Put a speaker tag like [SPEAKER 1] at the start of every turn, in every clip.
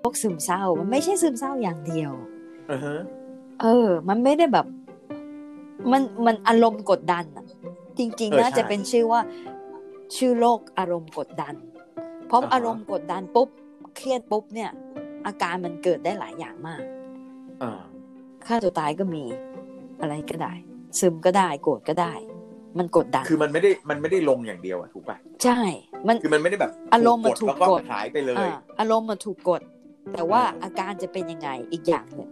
[SPEAKER 1] โรคซึมเศร้ามันไม่ใช่ซึมเศร้าอย่างเดียว
[SPEAKER 2] อ่าฮะ
[SPEAKER 1] เออ มันไม่ได้แบบ มันมันอารมณ์กดดันอะจริง ๆ น่าจะเป็นชื่อว่า ชื่อโรคอารมณ์กดดัน เพราะอารมณ์กดดันปุ๊บ เครียดปุ๊บเนี่ย อาการมันเกิดได้หลายอย่างมาก
[SPEAKER 2] อ่า
[SPEAKER 1] ฆ่าตัวตายก็มี อะไรก็ได้ ซึมก็ได้ โกรธก็ได้ มันกดดัน
[SPEAKER 2] คือมันไม่ได้มันไม่ได้ลงอย่างเดียวอะถูกป่ะ
[SPEAKER 1] ใช่ มัน
[SPEAKER 2] คือมันไม่ได้แบบ
[SPEAKER 1] อารมณ์มันถูก
[SPEAKER 2] แล้วก็
[SPEAKER 1] กด
[SPEAKER 2] หายไปเลย
[SPEAKER 1] อ่าอารมณ์มันถูกกด แต่ว่าอาการจะเป็นยังไงอีกอย่างหนึ่ง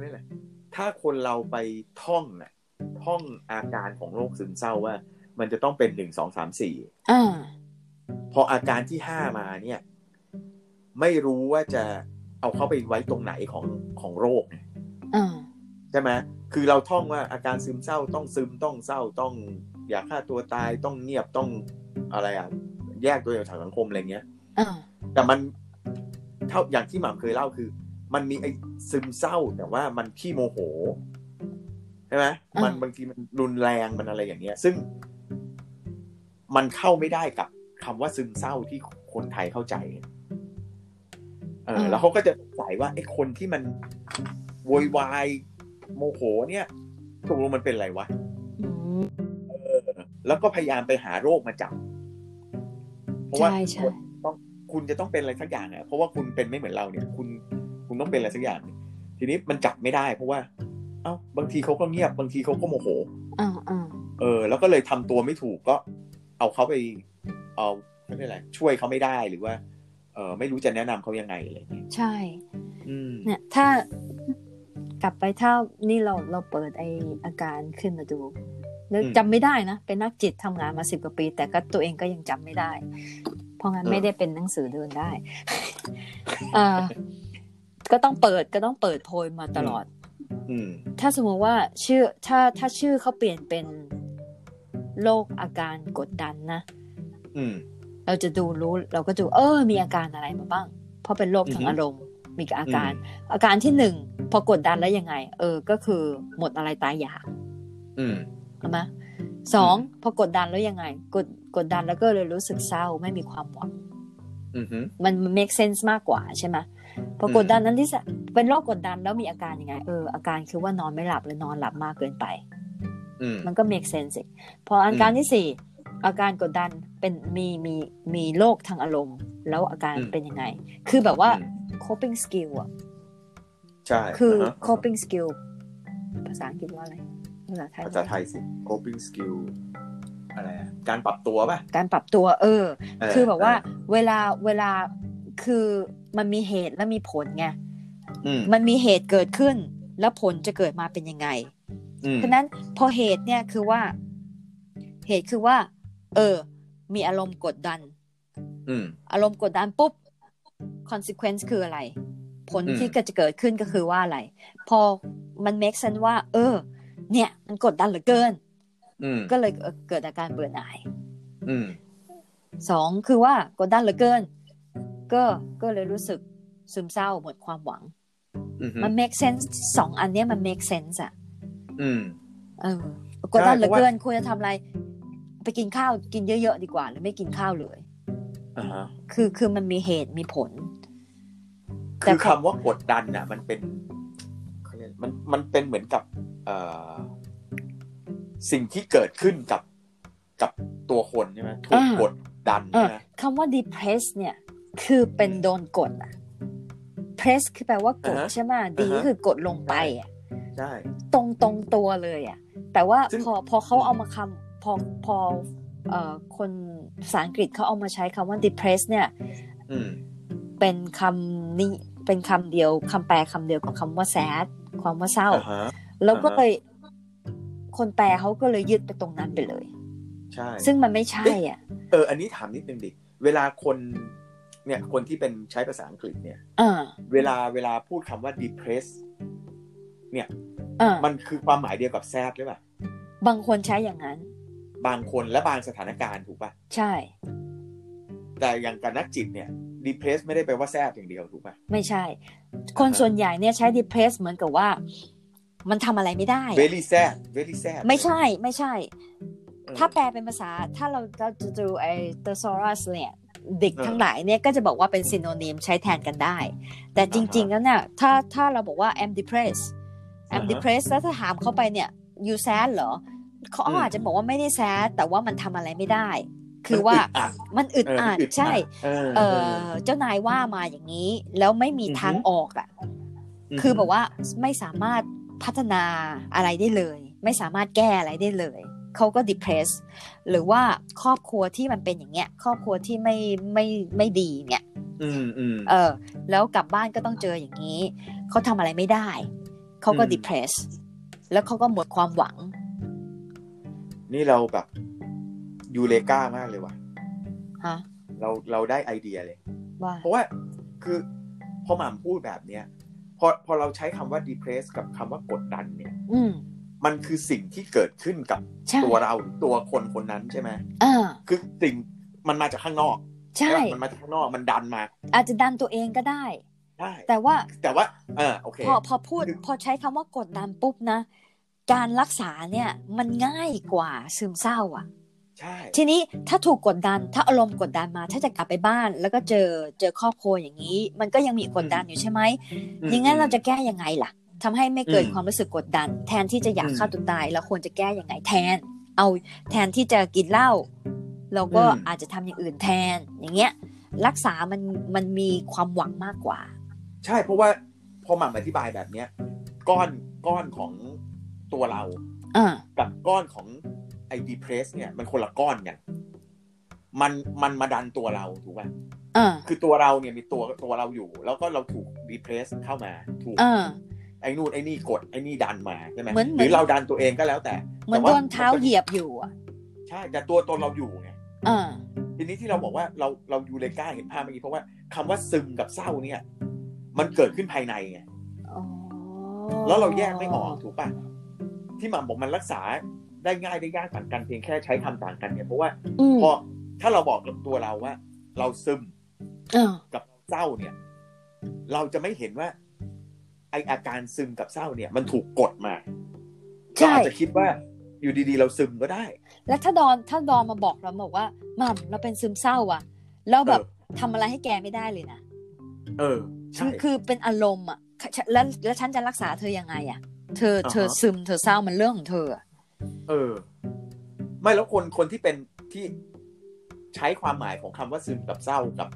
[SPEAKER 2] นี่แหละ ถ้าคนเราไปท่องน่ะ ท่องอาการของโรคซึมเศร้าว่า มันจะต้องเป็นหนึ่งสองสามสี่
[SPEAKER 1] อ่า
[SPEAKER 2] พออาการที่ห้ามาเนี่ย ไม่รู้ว่าจะเอาเข้าไปไว้ตรงไหนของของโรคเนี่ย
[SPEAKER 1] อ่า
[SPEAKER 2] ใช่ไหมคือเราท่องว่าอาการซึมเศร้าต้องซึมต้องเศร้าต้องอยากฆ่าตัวตายต้องเงียบต้องอะไรอ่ะแยกตัวเองจากสังคมอะไรเงี้ย
[SPEAKER 1] อ่า
[SPEAKER 2] แต่มันเท่าอย่างที่หม่ำเคยเล่าคือ มันมีไอ้ซึมเศร้า แต่ว่ามันขี้โมโหใช่ไหมมัน
[SPEAKER 1] อ่า
[SPEAKER 2] บางทีมันรุนแรงมันอะไรอย่างเงี้ย ซึ่ง มันเข้าไม่ได้กับคำว่าซึมเศร้าที่คนไทยเข้าใจเออแล้วเขาก็จะสงสัยว่าไอ้คนที่มันโวยวายโมโห เนี่ยตกลงมันเป็นอะไรวะ
[SPEAKER 1] อืม
[SPEAKER 2] เออแล้วก็พยายามไปหาโรคมาจับ เพราะว่า
[SPEAKER 1] ใช่ใช่
[SPEAKER 2] คุณต้องคุณจะต้องเป็นอะไรสักอย่างอ่ะ เพราะว่าคุณเป็นไม่เหมือนเราเนี่ย คุณคุณต้องเป็นอะไรสักอย่าง ทีนี้มันจับไม่ได้ เพราะว่า เอ้าบางทีเขาก็เงียบบางทีเขาก็โมโห
[SPEAKER 1] อ่าอ่า
[SPEAKER 2] เออ แล้วก็เลยทำตัวไม่ถูกก็ เอาเขาไป เอาไม่ได้อะไรช่วยเขาไม่ได้หรือว่า เออไม่รู้จะแนะนำเขายังไงอะไรอย่างเงี้ย
[SPEAKER 1] ใช่
[SPEAKER 2] อืม
[SPEAKER 1] เนี่ยถ้ากลับไปถ้านี่เราเราเปิดไออาการขึ้นมาดูแล้วจำไม่ได้นะ เป็นนักจิตทำงานมาสิบกว่าปี แต่ก็ตัวเองก็ยังจำไม่ได้ เพราะงั้นไม่ได้เป็นหนังสือเดินได้ เอ่อก็ต้องเปิดก็ต้องเปิดโพยมาตลอด
[SPEAKER 2] อืม
[SPEAKER 1] ถ้าสมมติว่าชื่อถ้าถ้าชื่อเขาเปลี่ยนเป็นโรคอาการกดดันนะ
[SPEAKER 2] อืม
[SPEAKER 1] เราจะดูรู้เราก็ดูเออ มีอาการอะไรมาบ้าง เพราะเป็นโรคทาง
[SPEAKER 2] อือฮึ
[SPEAKER 1] อารมณ์ มีอาการ อาการที่หนึ่งพอกดดันแล้วยังไง เออ ก็คือหมดอะไรตายอยาก
[SPEAKER 2] อืม
[SPEAKER 1] ใช่ไหมสองพอกดดันแล้วยังไง กดกดดันแล้วก็เลยรู้สึกเศร้าไม่มีความหวัง
[SPEAKER 2] อืมอืม
[SPEAKER 1] มันมัน make sense มากกว่าใช่ไหมพอ
[SPEAKER 2] อืม
[SPEAKER 1] กดดันนั้นที่สะเป็นโรคกดดันแล้วมีอาการยังไง เออ อาการคือว่านอนไม่หลับหรือนอนหลับมากเกินไป
[SPEAKER 2] อืม
[SPEAKER 1] มันก็ make sense อีกพออาการที่สี่อาการกดดันเป็นมีมีมีโรคทางอารมณ์ แล้วอาการ
[SPEAKER 2] อืม
[SPEAKER 1] เป็นยังไง คือแบบว่า
[SPEAKER 2] อืม
[SPEAKER 1] coping skill อ่ะ
[SPEAKER 2] ใช่
[SPEAKER 1] คืออ
[SPEAKER 2] าฮะ
[SPEAKER 1] coping skill ภาษาอังกฤษว่าอะไร ภาษาไทย
[SPEAKER 2] ภาษาไทยสิ coping skill อะไรอะการปรับตัวป่ะ
[SPEAKER 1] การปรับตัว เออ
[SPEAKER 2] เ
[SPEAKER 1] คือแบบว่าเวลาเวลาคือมันมีเหตุและมีผลไง
[SPEAKER 2] อืม
[SPEAKER 1] มันมีเหตุเกิดขึ้น แล้วผลจะเกิดมาเป็นยังไง
[SPEAKER 2] อืม
[SPEAKER 1] เพราะฉะนั้นพอเหตุเนี่ยคือว่า เหตุคือว่า เออ มีอารมณ์กดดัน
[SPEAKER 2] อืม
[SPEAKER 1] อารมณ์กดดันปุ๊บ consequence คืออะไร ผล
[SPEAKER 2] อืม
[SPEAKER 1] ที่ก็จะเกิดขึ้นก็คือว่าอะไร พอมัน make sense ว่า เออ เนี่ย มันกดดันเหลือเกิน
[SPEAKER 2] อืม
[SPEAKER 1] ก็เลยเอ่อเกิดอาการเบื่อหน่าย
[SPEAKER 2] อืม
[SPEAKER 1] สองคือว่ากดดันเหลือเกิน ก็ก็เลยรู้สึกซึมเศร้าหมดความหวัง
[SPEAKER 2] อืม
[SPEAKER 1] มัน make sense สองอันเนี้ยมัน make sense อะ
[SPEAKER 2] อืม
[SPEAKER 1] เออ กดดันเหลือเกิน
[SPEAKER 2] ใช่
[SPEAKER 1] ควรจะทำอะไร ไปกินข้าวกินเยอะๆดีกว่า หรือไม่กินข้าวเลย
[SPEAKER 2] อ่าฮะ
[SPEAKER 1] คือคือมันมีเหตุมีผล แต่
[SPEAKER 2] คือคำว่ากดดันน่ะ มันเป็นเขาเรียกมันมันเป็นเหมือนกับเอ่อสิ่งที่เกิดขึ้นกับกับตัวคนใช่ไหมถูก
[SPEAKER 1] อ่าก ก
[SPEAKER 2] ดดัน
[SPEAKER 1] เอ
[SPEAKER 2] ใช่
[SPEAKER 1] อ
[SPEAKER 2] ไหม
[SPEAKER 1] คำว่า depress เนี่ย คือเป็นโดนกดอะ press คือแปลว่ากดใช่ไหม d ก็คือกดลงไปอะ
[SPEAKER 2] ใช่
[SPEAKER 1] ตรงตรงตัวเลยอะแต่ว่า
[SPEAKER 2] ซึ่ง
[SPEAKER 1] พอพอเขาเอามาคำพอพอเอ่อคนภาษาอังกฤษเขาเอามาใช้คำว่า depress เนี่ย
[SPEAKER 2] อืม
[SPEAKER 1] เป็นคำนี้เป็นคำเดียวคำแปลคำเดียวกับคำว่า sad ความว่าเศร้า
[SPEAKER 2] อ่าฮะ
[SPEAKER 1] แล้วก็
[SPEAKER 2] อ่าฮะ
[SPEAKER 1] เลยคนแปลเขาก็เลยยึดไปตรงนั้นไปเลย
[SPEAKER 2] ใช่
[SPEAKER 1] ซึ่งมันไม่ใช่อ่ะ
[SPEAKER 2] เออ อันนี้ถามนิดนึงดิ เวลาคนเนี่ย คนที่เป็นใช้ภาษาอังกฤษเนี่ย
[SPEAKER 1] อ่า
[SPEAKER 2] เวลาเวลาพูดคำว่า depress
[SPEAKER 1] อ่า
[SPEAKER 2] มันคือความหมายเดียวกับแซดหรือเปล่า
[SPEAKER 1] บางคนใช้อย่างนั้น
[SPEAKER 2] บางคนและบางสถานการณ์ถูกป่ะ
[SPEAKER 1] ใช่
[SPEAKER 2] แต่อย่างกับนักจิตเนี่ย depress ไม่ได้แปลว่าแซดอย่างเดียวถูกป่ะ
[SPEAKER 1] ไม่ใช่ คนส่วนใหญ่เนี่ยใช้ depress เหมือนกับว่า มันทำอะไรไม่ได้อะ
[SPEAKER 2] very sad very sad
[SPEAKER 1] ไม่ใช่ไม่ใช่
[SPEAKER 2] เออ
[SPEAKER 1] ถ้าแปลเป็นภาษาถ้าเราเราจะดูไอ้ thesaurus เนี่ยเด็กทั้งหลายเนี่ยก็จะบอกว่าเป็นซีโนนิมใช้แทนกันได้ แต่จริงๆแล้วเนี่ยถ้าถ้าเราบอกว่า I'm depressed
[SPEAKER 2] อ่า
[SPEAKER 1] I'm
[SPEAKER 2] ฮะ
[SPEAKER 1] depressed แล้วถ้าถามเขาไปเนี่ย you sad เหรอเขา
[SPEAKER 2] อืม
[SPEAKER 1] อาจจะบอกว่าไม่ได้ sad แต่ว่ามันทำอะไรไม่ได้ คือว่า
[SPEAKER 2] ดด
[SPEAKER 1] มันอึด
[SPEAKER 2] เออ
[SPEAKER 1] อัด
[SPEAKER 2] อึด
[SPEAKER 1] ใช่
[SPEAKER 2] เออ
[SPEAKER 1] เออเจ้านายว่ามาอย่างนี้ แล้วไม่มี
[SPEAKER 2] อือฮึ
[SPEAKER 1] ทางออกอ่ะ คือแบบว่าไม่สามารถพัฒนาอะไรได้เลย ไม่สามารถแก้อะไรได้เลยเขาก็ depressed หรือว่าครอบครัวที่มันเป็นอย่างเงี้ย ครอบครัวที่ไม่ไม่ไม่ดีเนี่ย
[SPEAKER 2] อืมอืม
[SPEAKER 1] เออ แล้วกลับบ้านก็ต้องเจออย่างนี้เขาทำอะไรไม่ได้เขาก็
[SPEAKER 2] อืม
[SPEAKER 1] depressed แล้วเขาก็หมดความหวัง
[SPEAKER 2] นี่เราแบบยูเลกามากเลยว่ะ
[SPEAKER 1] ฮะ
[SPEAKER 2] เราเราได้ไอเดียเลย
[SPEAKER 1] ว่า
[SPEAKER 2] เพราะว่าคือพอหม่ำพูดแบบเนี้ยพอพอเราใช้คำว่า depress กับคำว่ากดดันเนี่ย
[SPEAKER 1] อืม
[SPEAKER 2] มันคือสิ่งที่เกิดขึ้นกับ
[SPEAKER 1] ใช่
[SPEAKER 2] ตัวเราหรือตัวคนคนนั้นใช่ไหม
[SPEAKER 1] อ่า
[SPEAKER 2] คือสิ่งมันมาจากข้างนอก
[SPEAKER 1] ใช่
[SPEAKER 2] ปะมันมาจากข้างนอกมันดันมา
[SPEAKER 1] อาจจะดันตัวเองก็ได้
[SPEAKER 2] ได้
[SPEAKER 1] แต่ว่า
[SPEAKER 2] แต่ว่าเออโอเค
[SPEAKER 1] พอพอพูดพอใช้คำว่ากดดันปุ๊บนะ การรักษาเนี่ยมันง่ายกว่าซึมเศร้าอ่ะ
[SPEAKER 2] ใช่
[SPEAKER 1] ทีนี้ถ้าถูกกดดันถ้าอารมณ์กดดันมา ถ้าจะกลับไปบ้าน แล้วก็เจอเจอครอบครัวอย่างนี้ มันก็ยังมีกดดันอยู่ใช่ไหม
[SPEAKER 2] ม
[SPEAKER 1] อย่างนั้นเราจะแก้ยังไงล่ะทำให้ไม่เกิด
[SPEAKER 2] อืม
[SPEAKER 1] ความรู้สึกกดดัน แทนที่จะอยาก
[SPEAKER 2] อืม
[SPEAKER 1] ฆ่าตัวตายเราควรจะแก้ยังไงแทน เอาแทนที่จะกินเหล้าเราก็
[SPEAKER 2] อืม
[SPEAKER 1] อาจจะทำอย่างอื่นแทน อย่างเงี้ย รักษามันมันมีความหวังมากกว่า
[SPEAKER 2] ใช่เพราะว่าพอหม่ำอธิบายแบบเนี้ย ก้อนก้อนของตัวเรา
[SPEAKER 1] อ่า
[SPEAKER 2] กับก้อนของไอ้ depress เนี่ยมันคนละก้อนกันมันมันมาดันตัวเราถูกป่ะ
[SPEAKER 1] อ่า
[SPEAKER 2] คือตัวเราเนี่ยมีตัวตัวเราอยู่ แล้วก็เราถูก depress เข้ามา ถูก
[SPEAKER 1] อ่า
[SPEAKER 2] ไอ้นู่นไอ้นี่กดไอ้นี่ดันมาใช่ไหม
[SPEAKER 1] เหมือนเหมื
[SPEAKER 2] ห
[SPEAKER 1] อน
[SPEAKER 2] รือเราดันตัวเองก็แล้วแต่
[SPEAKER 1] เหมือน
[SPEAKER 2] แต่
[SPEAKER 1] โด
[SPEAKER 2] ว่
[SPEAKER 1] นเท้าเหยียบอยู่อ่ะ
[SPEAKER 2] ใช่แต่ตัวตนเราอยู่ไง
[SPEAKER 1] อ่า
[SPEAKER 2] ทีนี้ที่เราบอกว่าเราเรายูเลกาเห็นภาพเมื่อกี้เพราะว่าคำว่าซึมกับเศร้าเนี่ย มันเกิดขึ้นภายในไง
[SPEAKER 1] อ๋อ
[SPEAKER 2] แล้วเราแยกไม่ออกถูกป่ะที่หม่ำบอกมันรักษาได้ง่ายได้ยากต่างกันเพียงแค่ใช้คำต่างกันเนี่ยเพราะว่า
[SPEAKER 1] อืม
[SPEAKER 2] พอถ้าเราบอกกับตัวเราว่า เราซึม
[SPEAKER 1] อ่า
[SPEAKER 2] กับเศร้าเนี่ย เราจะไม่เห็นว่า ไออาการซึมกับเศร้าเนี่ย มันถูกกดมาเรา
[SPEAKER 1] ใช่
[SPEAKER 2] อาจจะคิดว่าอยู่ดีๆ เราซึมก็ได้
[SPEAKER 1] แล้วถ้าดอนถ้าดอนมาบอกเราบอกว่าหม่ำเราเป็นซึมเศร้าอ่ะ แล้วแบบทำอะไรให้แกไม่ได้เลยนะ
[SPEAKER 2] เออ
[SPEAKER 1] คื
[SPEAKER 2] ใช่
[SPEAKER 1] อคือเป็นอารมณ์อ่ะค่ะแล้วแล้วฉันจะรักษาเธอยังไงอ่ะ เธอเธอ
[SPEAKER 2] อ่าฮะ
[SPEAKER 1] ซึมเธอเศร้ามันเรื่องของเธออะ
[SPEAKER 2] เออ ไม่แล้วคนคนที่เป็นที่ใช้ความหมายของคำว่าซึมกับเศร้ากับ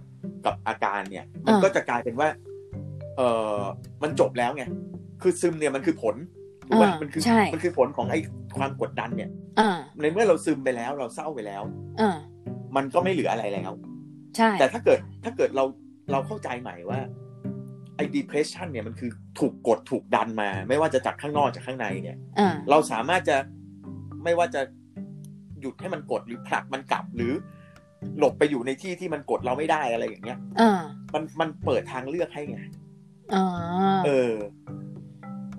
[SPEAKER 2] กับอาการเนี่ย มันก็จะกลายเป็นว่า เออมันจบแล้วไงคือซึมเนี่ยมันคือผลถูกไหม
[SPEAKER 1] อ่า
[SPEAKER 2] มันคือ
[SPEAKER 1] ใช่
[SPEAKER 2] มันคือผลของไอ้ความกดดันเนี่ย
[SPEAKER 1] อ่า
[SPEAKER 2] ในเมื่อเราซึมไปแล้ว เราเศร้าไปแล้ว
[SPEAKER 1] อ่า
[SPEAKER 2] มันก็ไม่เหลืออะไรแล้ว
[SPEAKER 1] ใช่
[SPEAKER 2] แต่ถ้าเกิดถ้าเกิดเราเราเข้าใจใหม่ว่าไอ้ depression เนี่ยมันคือถูกกดถูกดันมา ไม่ว่าจะจากข้างนอกจากข้างในเนี่ย
[SPEAKER 1] อ่า
[SPEAKER 2] เราสามารถจะไม่ว่าจะหยุดให้มันกดหรือผลักมันกลับหรือ หลบไปอยู่ในที่ที่มันกดเราไม่ได้อะไรอย่างเงี้ย
[SPEAKER 1] อ่า
[SPEAKER 2] มันมันเปิดทางเลือกให้ไง
[SPEAKER 1] อ่า
[SPEAKER 2] เออ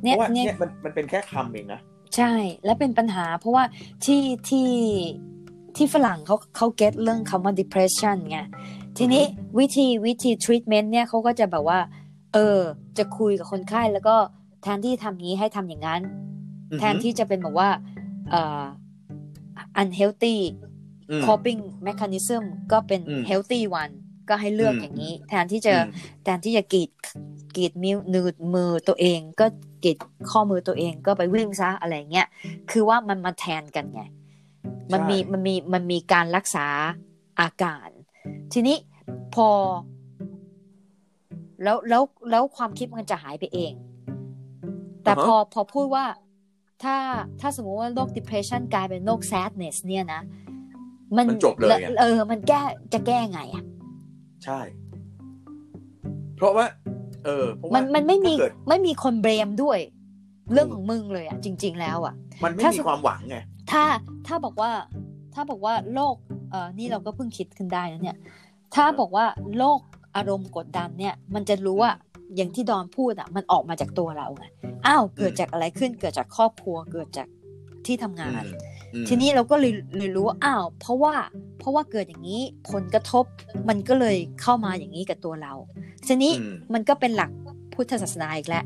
[SPEAKER 2] เพ
[SPEAKER 1] เนี่ย
[SPEAKER 2] ราะว่า
[SPEAKER 1] เนี่ย
[SPEAKER 2] เนี่ยมันมันเป็นแค่คำเองนะ
[SPEAKER 1] ใช่และเป็นปัญหาเพราะว่าที่ที่ที่ฝรั่งเขาเขาเก็ตเรื่องคำว่า depression ไงทีนี้วิธีวิธี treatment เนี่ยเขาก็จะแบบว่า เออ จะคุยกับคนไข้แล้วก็แทนที่ทำงี้ให้ทำอย่างนั้น
[SPEAKER 2] อือฮึ
[SPEAKER 1] แทนที่จะเป็นแบบว่าเอ่อ unhealthy
[SPEAKER 2] อืม
[SPEAKER 1] coping mechanism ก็เป็น
[SPEAKER 2] อืม
[SPEAKER 1] healthy one ก็ให้เลือก
[SPEAKER 2] อืม
[SPEAKER 1] อย่างนี้ แทนที่จะ
[SPEAKER 2] ม
[SPEAKER 1] แทนที่จะกรีดกรีดมิวนืดมือตัวเอง ก็กรีดข้อมือตัวเองก็ไปวิ่งซะอะไรเงี้ยคือว่ามันมาแทนกันไงมันมี
[SPEAKER 2] ใช่
[SPEAKER 1] มันมีมันมีการรักษาอาการ ทีนี้พอ แล้วแล้วแล้วความคิดมันจะหายไปเอง แต่พอพอพูดว่าถ้าถ้าสมมติว่าโรค depression กลายเป็นโรค sadness เนี่ยนะ
[SPEAKER 2] มันจบเลยอะ
[SPEAKER 1] เออ มันแก้จะแก้ไงอ่ะ
[SPEAKER 2] ใช่ เพราะว่า เออเพราะว่า
[SPEAKER 1] มันมันไม่มี
[SPEAKER 2] ถ้าเกิด
[SPEAKER 1] ไม่มีคนเบรมด้วย เรื่องของมึงเลยอ่ะ จริง ๆ แล้วอ่ะ
[SPEAKER 2] มันไม่
[SPEAKER 1] ถ้า
[SPEAKER 2] มี
[SPEAKER 1] สม
[SPEAKER 2] ความหวังไง
[SPEAKER 1] ถ้าถ้าบอกว่า ถ้าบอกว่าโรคเอ่อนี่เราก็เพิ่งคิดขึ้นได้นะเนี่ย ถ้าบอกว่าโรคอารมณ์กดดันเนี่ย มันจะรู้ว่าอย่างที่ดอนพูดอ่ะ มันออกมาจากตัวเราไงอ้าวเกิดจากอะไรขึ้นเกิดจากครอบครัวเกิดจากที่ทำงาน
[SPEAKER 2] อืม
[SPEAKER 1] ทีนี้เราก็เลยเลยรู้ว่าอ้าว เพราะว่าเพราะว่าเกิดอย่างนี้ผลกระทบมันก็เลยเข้ามาอย่างนี้กับตัวเราทีนี้
[SPEAKER 2] อืม
[SPEAKER 1] มันก็เป็นหลัก พุทธศาสนาอีกแล้ว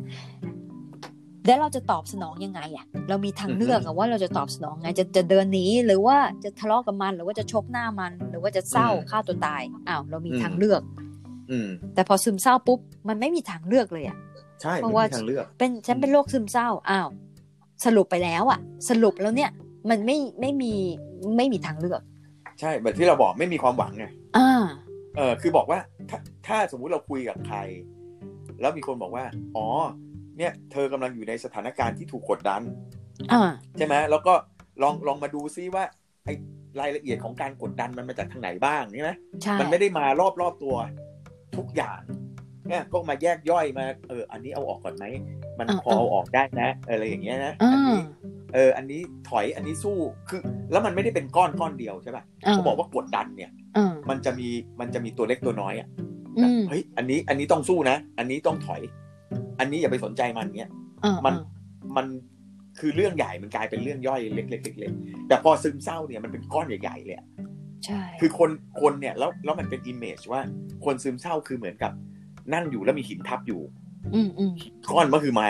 [SPEAKER 1] แล้วเราจะตอบสนองยังไงอะเรามีทางเลือกอะว่าเราจะตอบสนองไง จะจะเดินหนีหรือว่าจะทะเลาะกับมัน หรือว่าจะชกหน้ามัน หรือว่าจะเศร้า
[SPEAKER 2] อืม
[SPEAKER 1] ฆ่าตัวตายอ้าวเรามี
[SPEAKER 2] อืม
[SPEAKER 1] ทางเลือก
[SPEAKER 2] อืม
[SPEAKER 1] แต่พอซึมเศร้าปุ๊บมันไม่มีทางเลือกเลยอะ
[SPEAKER 2] ใช่
[SPEAKER 1] เพ
[SPEAKER 2] มัน
[SPEAKER 1] ราะว่า
[SPEAKER 2] มีทางเลือก
[SPEAKER 1] เป็นฉันเป็นโรคซึมเศร้าอ้าวสรุปไปแล้วอะสรุปแล้วเนี่ย มันไม่ไม่มีไม่มีทางเลือก
[SPEAKER 2] ใช่แบบที่เราบอกไม่มีความหวังไง
[SPEAKER 1] อ่า
[SPEAKER 2] เออคือบอกว่าถ้าถ้าสมมุติเราคุยกับใคร แล้วมีคนบอกว่า อ๋อ เนี่ย เธอกำลังอยู่ในสถานการณ์ที่ถูกกดดัน
[SPEAKER 1] อ่า
[SPEAKER 2] ใช่ไหมแล้วก็ลองลองมาดูซิว่าไอรายละเอียดของการกดดันมันมาจากทางไหนบ้างใช่ไหม
[SPEAKER 1] ใช่
[SPEAKER 2] มันไม่ได้มารอบรอบตัวทุกอย่างเนี่ยก็มาแยกย่อยมา เออ อันนี้เอาออกก่อนไหมมันพอเอาออกได้นะเอออะไรอย่างเงี้ยนะ
[SPEAKER 1] อ่า
[SPEAKER 2] อันนี้เออ อันนี้ถอยอันนี้สู้คือ แล้วมันไม่ได้เป็นก้อนก้อนเดียวใช่ป่ะเขาบอกว่ากดดันเนี่ย
[SPEAKER 1] อ่า
[SPEAKER 2] มันจะมีมันจะมีตัวเล็กตัวน้อยอ่ะ แบ
[SPEAKER 1] อื
[SPEAKER 2] บ
[SPEAKER 1] ม
[SPEAKER 2] เฮ้ย อันนี้ อันนี้ต้องสู้นะ อันนี้ต้องถอย อันนี้อย่าไปสนใจมันเงี้ย
[SPEAKER 1] อ่า
[SPEAKER 2] มัน มัน คือเรื่องใหญ่ มันกลายเป็นเรื่องย่อยเล็กๆเล็กๆแต่พอซึมเศร้าเนี่ย มันเป็นก้อนใหญ่ๆเลยอะ
[SPEAKER 1] ใช่
[SPEAKER 2] คือคน คนเนี่ย แล้ว แล้วมันเป็นอิมเมจว่า คนซึมเศร้าคือเหมือนกับ นั่งอยู่แล้วมีหินทับอยู่
[SPEAKER 1] อืมอืม
[SPEAKER 2] ก้อนก็คือมา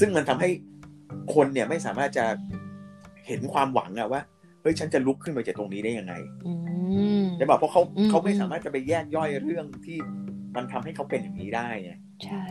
[SPEAKER 2] ซึ่งมันทำให้คนเนี่ยไม่สามารถจะเห็นความหวังอะว่า เฮ้ย ฉันจะลุกขึ้นมาจากตรงนี้ได้ยังไง
[SPEAKER 1] อืม
[SPEAKER 2] ใช่ป่ะเพราะเขา
[SPEAKER 1] อืม
[SPEAKER 2] เขาไม่สามารถจะไปแยกย่อยเรื่องที่มันทำให้เขาเป็นอย่างนี้ได้ไง
[SPEAKER 1] ใช่